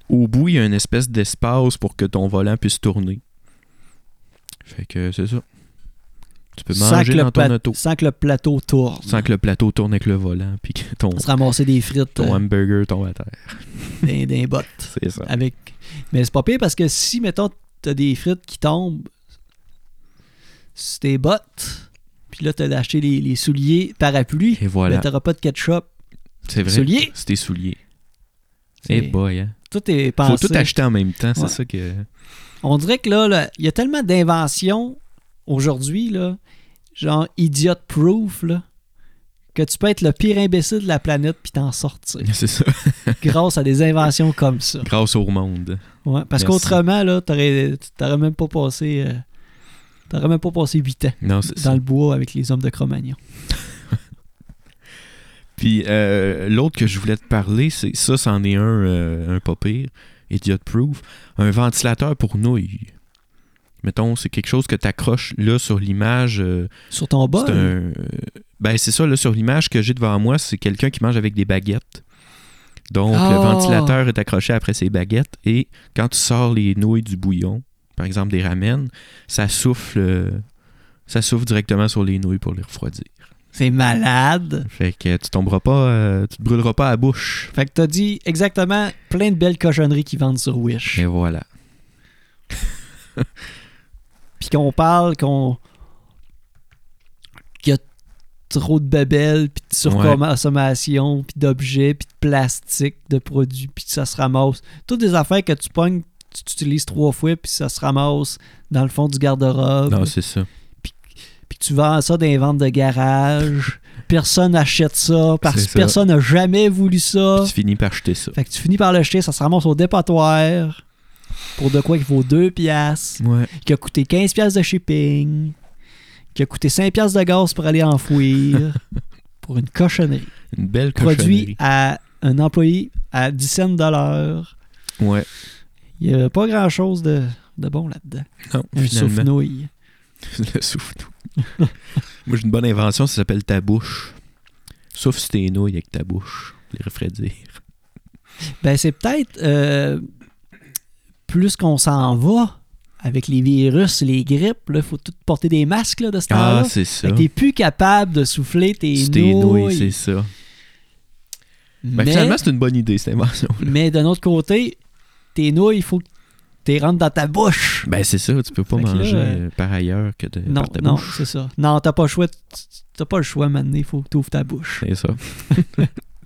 B: au bout, il y a une espèce d'espace pour que ton volant puisse tourner. Fait que c'est ça. Tu peux
A: Sans
B: manger
A: que, le
B: dans ton
A: pla-
B: auto
A: sans que le plateau tourne.
B: sans que le plateau tourne avec le volant, puis que ton,
A: Se ramasser des frites
B: ton
A: euh,
B: hamburger tombe à terre.
A: d'un d'un bot.
B: C'est ça.
A: avec. Mais c'est pas pire parce que si, mettons, t'as des frites qui tombent sur tes bottes, puis là, t'as acheté les, les souliers parapluie,
B: Et
A: mais
B: voilà.
A: t'auras pas de ketchup.
B: C'est vrai.
A: Souliers.
B: C'est tes souliers.
A: C'est-
B: Eh boy, hein.
A: Tout est
B: Faut
A: pensé.
B: tout acheter en même temps, c'est
A: Ouais.
B: ça que.
A: On dirait que là, là, il y a tellement d'inventions aujourd'hui, là, genre idiot proof, là, que tu peux être le pire imbécile de la planète puis t'en sortir
B: C'est ça.
A: grâce à des inventions comme ça.
B: Grâce au monde.
A: Ouais, parce
B: Merci.
A: qu'autrement, là, t'aurais, t'aurais même pas passé. euh, t'aurais même pas passé 8 ans.
B: Non, c'est
A: dans
B: ça.
A: le bois avec les hommes de Cro-Magnon.
B: Puis euh, l'autre que je voulais te parler, c'est ça, c'en est un, euh, un pas pire, idiot proof, un ventilateur pour nouilles. Mettons, c'est quelque chose que tu accroches là sur l'image. euh,
A: Sur ton bol,
B: C'est un. euh, Ben, c'est ça, là, sur l'image que j'ai devant moi, c'est quelqu'un qui mange avec des baguettes. Donc, le
A: Ah!
B: ventilateur est accroché après ses baguettes et quand tu sors les nouilles du bouillon, par exemple des ramen, ça souffle. euh, ça souffle directement sur les nouilles pour les refroidir.
A: c'est malade.
B: Fait que tu tomberas pas. euh, tu te brûleras pas à la bouche.
A: Fait que t'as dit exactement plein de belles cochonneries qui vendent sur Wish.
B: Et voilà.
A: Puis qu'on parle, qu'on. qu'il y a trop de babelles, puis de surconsommation, puis d'objets, puis de plastique, de produits, puis que ça se ramasse. Toutes des affaires que tu pognes, tu t'utilises trois fois, puis ça se ramasse dans le fond du
B: Non,
A: garde-robe.
B: c'est ça.
A: Puis tu vends ça dans les ventes de garage. Personne n'achète ça parce
B: C'est
A: que
B: ça.
A: personne n'a jamais voulu ça.
B: Puis tu finis par jeter ça.
A: Ah. Fait que tu finis par le jeter, ça se ramasse au dépotoir pour de quoi qui vaut 2 piastres,
B: Ouais.
A: qui a coûté 15 piastres de shipping, qui a coûté 5 piastres de gaz pour aller enfouir, pour une cochonnerie.
B: Une belle
A: Produit
B: cochonnerie.
A: à un employé à 10 cents de dollars.
B: Ouais.
A: Il n'y a pas grand-chose de, de bon là-dedans.
B: Non,
A: Un
B: finalement.
A: souffle-nouille.
B: Le souffle Moi, j'ai une bonne invention, ça s'appelle ta bouche. Sauf si t'es nouille avec ta bouche. Les refroidir.
A: Ben, c'est peut-être euh, plus qu'on s'en va avec les virus, les grippes, il faut tout porter des masques là, de ce temps-là.
B: Ah, c'est
A: Fait
B: ça.
A: que t'es plus capable de souffler tes
B: Si t'es
A: nouilles.
B: nouille, c'est ça.
A: mais,
B: Ben, finalement, c'est une bonne idée, cette invention.
A: mais d'un autre côté, tes nouilles, il faut que t'es rentres dans ta bouche.
B: Ben, c'est ça, tu peux pas
A: Fait que là,
B: manger
A: euh,
B: euh, par ailleurs que de,
A: non,
B: par ta
A: non,
B: bouche.
A: c'est ça. Non, t'as pas le choix. t- T'as pas le choix, mané. Faut que t'ouvres ta bouche.
B: C'est ça.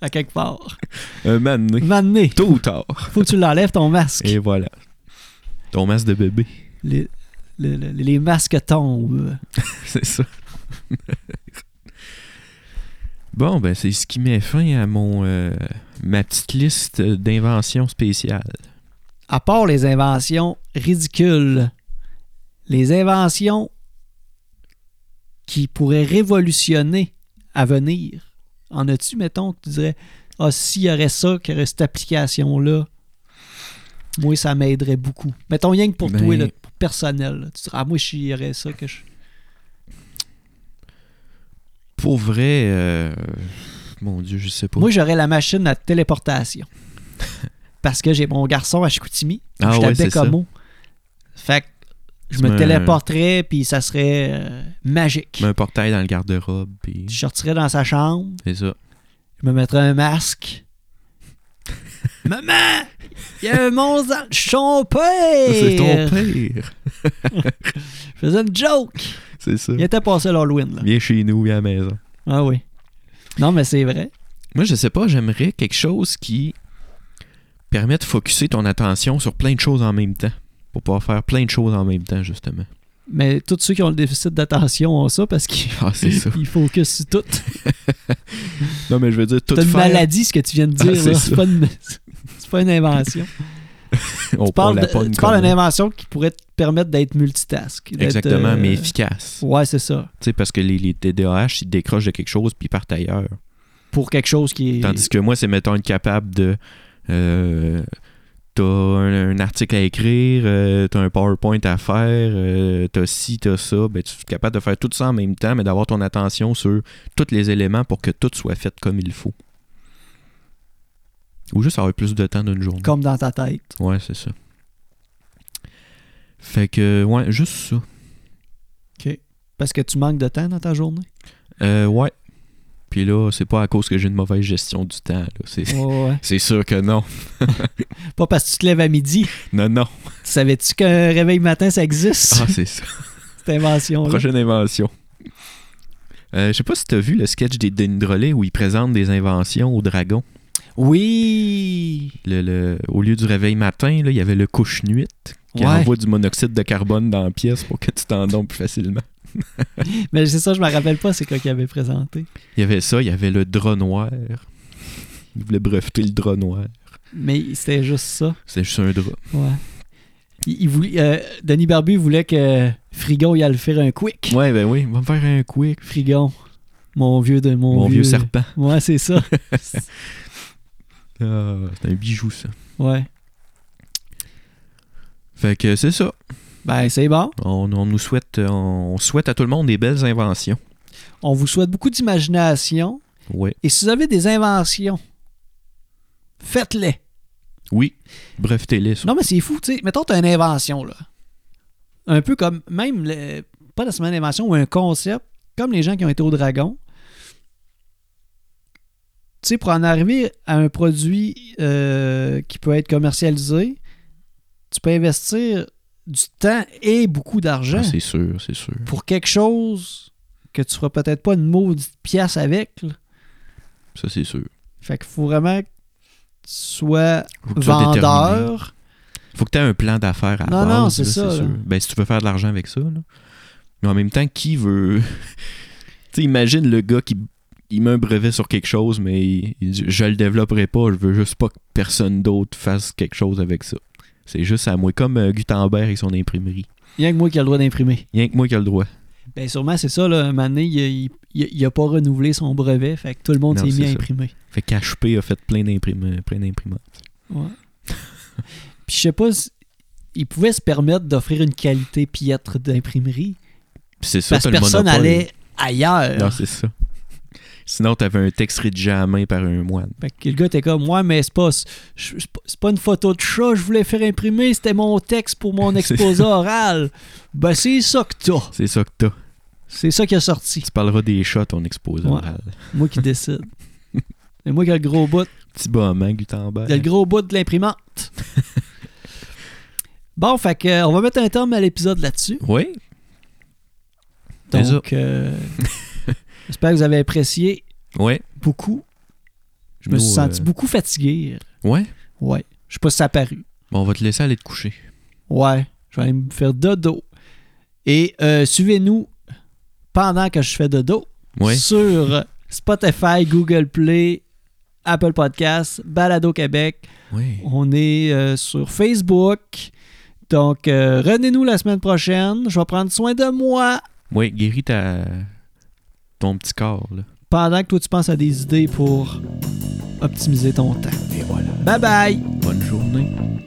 A: À quelque part.
B: Un mané.
A: Mané,
B: Tôt ou tard.
A: faut que tu l'enlèves ton masque.
B: Et voilà. Ton masque de bébé.
A: Les, le- le- les masques tombent.
B: C'est ça. bon, ben, c'est ce qui met fin à mon euh, ma petite liste d'inventions spéciales.
A: à part les inventions ridicules, les inventions qui pourraient révolutionner à venir, en as-tu, mettons, que tu dirais, ah, s'il y aurait ça, qu'il y aurait cette application-là, moi, ça m'aiderait beaucoup. Mettons, rien que pour
B: Ben-
A: toi, là, pour personnel, là. tu dirais, ah, moi, s'il y aurait ça, que je...
B: Pour vrai, euh, mon Dieu, je sais pas.
A: Moi, j'aurais la machine à téléportation. Parce que j'ai mon garçon à Chicoutimi.
B: Ah
A: je suis à
B: ouais, c'est ça.
A: Bécamo. Fait que je
B: Tu
A: me
B: mets-
A: téléporterais, puis ça serait euh, magique.
B: Mets un portail dans le garde-robe, puis
A: Je sortirais dans sa chambre,
B: c'est ça.
A: je me mettrais un masque. Maman! Il y a un monstre dans le champagne!
B: C'est ton pire.
A: Je faisais une joke!
B: C'est ça.
A: Il était passé l'Halloween, là.
B: Viens chez nous, viens à la maison.
A: Ah oui. Non, mais c'est vrai.
B: Moi, je sais pas, j'aimerais quelque chose qui permet de focuser ton attention sur plein de choses en même temps. Pour pouvoir faire plein de choses en même temps, justement.
A: Mais tous ceux qui ont le déficit d'attention ont ça parce qu'ils
B: Ah, c'est ça.
A: ils focus sur tout.
B: non, mais je veux dire, tout
A: T'as une
B: faire...
A: maladie, ce que tu viens de
B: Ah,
A: dire.
B: c'est
A: là.
B: ça.
A: c'est, pas une... c'est pas une invention.
B: on,
A: tu parles,
B: on
A: de-
B: l'a pas, une
A: tu parles
B: conne.
A: d'une invention qui pourrait te permettre d'être multitask. d'être,
B: Exactement,
A: euh,
B: mais efficace.
A: Ouais, c'est ça.
B: Tu sais, parce que les, les TDAH, ils décrochent de quelque chose puis ils partent ailleurs.
A: Pour quelque chose qui est.
B: Tandis que moi, c'est mettons être capable de. euh, t'as un, un article à écrire, euh, t'as un PowerPoint à faire, euh, t'as ci, t'as ça. Ben, tu es capable de faire tout ça en même temps, mais d'avoir ton attention sur tous les éléments pour que tout soit fait comme il faut. Ou juste avoir plus de temps d'une journée.
A: Comme dans ta tête.
B: Ouais, c'est ça. Fait que, ouais, juste ça.
A: Parce que tu manques de temps dans ta journée.
B: Euh, ouais. Puis là, c'est pas à cause que j'ai une mauvaise gestion du temps. là. C'est,
A: Ouais, ouais.
B: c'est sûr que non.
A: Pas parce que tu te lèves à midi.
B: Non, non.
A: Tu savais-tu qu'un réveil matin, ça existe?
B: Ah, c'est ça.
A: Cette invention-là.
B: Prochaine invention. Euh, je sais pas si t'as vu le sketch des Denis Drolet où il présente des inventions au dragon.
A: Oui!
B: Le, le- au lieu du réveil matin, là, il y avait le couche-nuit qui
A: Ouais.
B: envoie du monoxyde de carbone dans la pièce pour que tu t'endormes plus facilement.
A: Mais c'est ça, je me rappelle pas c'est quoi qu'il avait présenté.
B: Il y avait ça, il y avait le drap noir. Il voulait breveter le drap noir.
A: Mais c'était juste ça.
B: C'est juste un drap.
A: Ouais. Il, il voulait, euh, Denis Barbu voulait que Frigon y aille faire un quick.
B: Ouais, ben oui, va me faire un quick.
A: Frigon. Mon vieux de mon,
B: Mon, vieux serpent.
A: Ouais, c'est ça.
B: Ah, c'est un bijou, ça.
A: ouais.
B: Fait que c'est ça.
A: Ben, c'est bon.
B: On, on nous souhaite, on souhaite à tout le monde des belles inventions.
A: On vous souhaite beaucoup d'imagination.
B: Ouais.
A: Et si vous avez des inventions, faites-les.
B: Oui. Brevetez-les, ça.
A: Non, mais c'est fou, tu sais. Mettons, t'as une invention, là. Un peu comme, même, le- pas la semaine d'invention, ou un concept, comme les gens qui ont été au Dragon. Tu sais, pour en arriver à un produit euh, qui peut être commercialisé, tu peux investir du temps et beaucoup d'argent.
B: Ah, c'est sûr, c'est sûr.
A: pour quelque chose que tu feras peut-être pas une maudite pièce avec. là.
B: Ça, c'est sûr.
A: Fait qu'il faut vraiment que tu sois
B: Faut que tu sois déterminé.
A: vendeur.
B: Faut que tu aies un plan d'affaires à la
A: Non,
B: base,
A: non, c'est
B: là,
A: ça,
B: sûr.
A: là.
B: Ben, si tu veux faire de l'argent avec ça, là. Mais en même temps, qui veut. tu sais, imagine le gars qui. Il met un brevet sur quelque chose, mais il, il dit Je le développerai pas, je veux juste pas que personne d'autre fasse quelque chose avec ça. C'est juste à moi. Comme euh, Gutenberg et son imprimerie.
A: Rien que moi qui a le droit d'imprimer.
B: Rien que moi qui a le droit.
A: Bien Ben, sûrement, c'est ça. Là, un moment donné, il, a- il- il a- il a pas renouvelé son brevet. Fait que tout le monde
B: Non,
A: s'est
B: c'est
A: mis à
B: ça.
A: imprimer.
B: Fait qu'HP a fait plein d'imprime- euh, plein d'imprimantes.
A: Ouais. Puis je sais pas si... Il pouvait se permettre d'offrir une qualité piètre d'imprimerie
B: Puis C'est ça,
A: parce
B: t'as
A: que
B: le
A: personne euh,
B: monopole.
A: allait ailleurs.
B: Non, c'est ça. Sinon, t'avais un texte rédigé à la main par un moine.
A: Fait que le gars était comme, ouais, mais c'est pas, je- c'est pas- c'est pas une photo de chat, je voulais faire imprimer, c'était mon texte pour mon
B: C'est
A: exposé oral. Ben, c'est ça que t'as.
B: C'est ça que t'as.
A: C'est ça qui a sorti.
B: Tu parleras des chats, ton exposé
A: Ouais.
B: oral.
A: Moi qui décide. C'est moi qui a le gros bout.
B: Petit bum, hein, Gutenberg?
A: Il a le gros bout de l'imprimante. Bon, fait que, euh, on va mettre un terme à l'épisode là-dessus.
B: Oui, C'est ça.
A: Donc, euh, j'espère que vous avez apprécié
B: oui.
A: beaucoup. Je me suis
B: Nous,
A: senti
B: euh,
A: beaucoup fatigué.
B: Ouais,
A: Ouais. Je sais pas si ça a paru.
B: Bon, on va te laisser aller te coucher.
A: Ouais, je vais aller me faire dodo. Et euh, suivez-nous pendant que je fais dodo
B: Ouais.
A: sur Spotify, Google Play, Apple Podcast, Balado Québec.
B: Ouais.
A: On est euh, sur Facebook. Donc, euh, revenez-nous la semaine prochaine. Je vais prendre soin de moi
B: Ouais, guéris ta... ton petit corps, là.
A: pendant que toi, tu penses à des idées pour optimiser ton temps.
B: Et voilà.
A: Bye bye!
B: Bonne journée.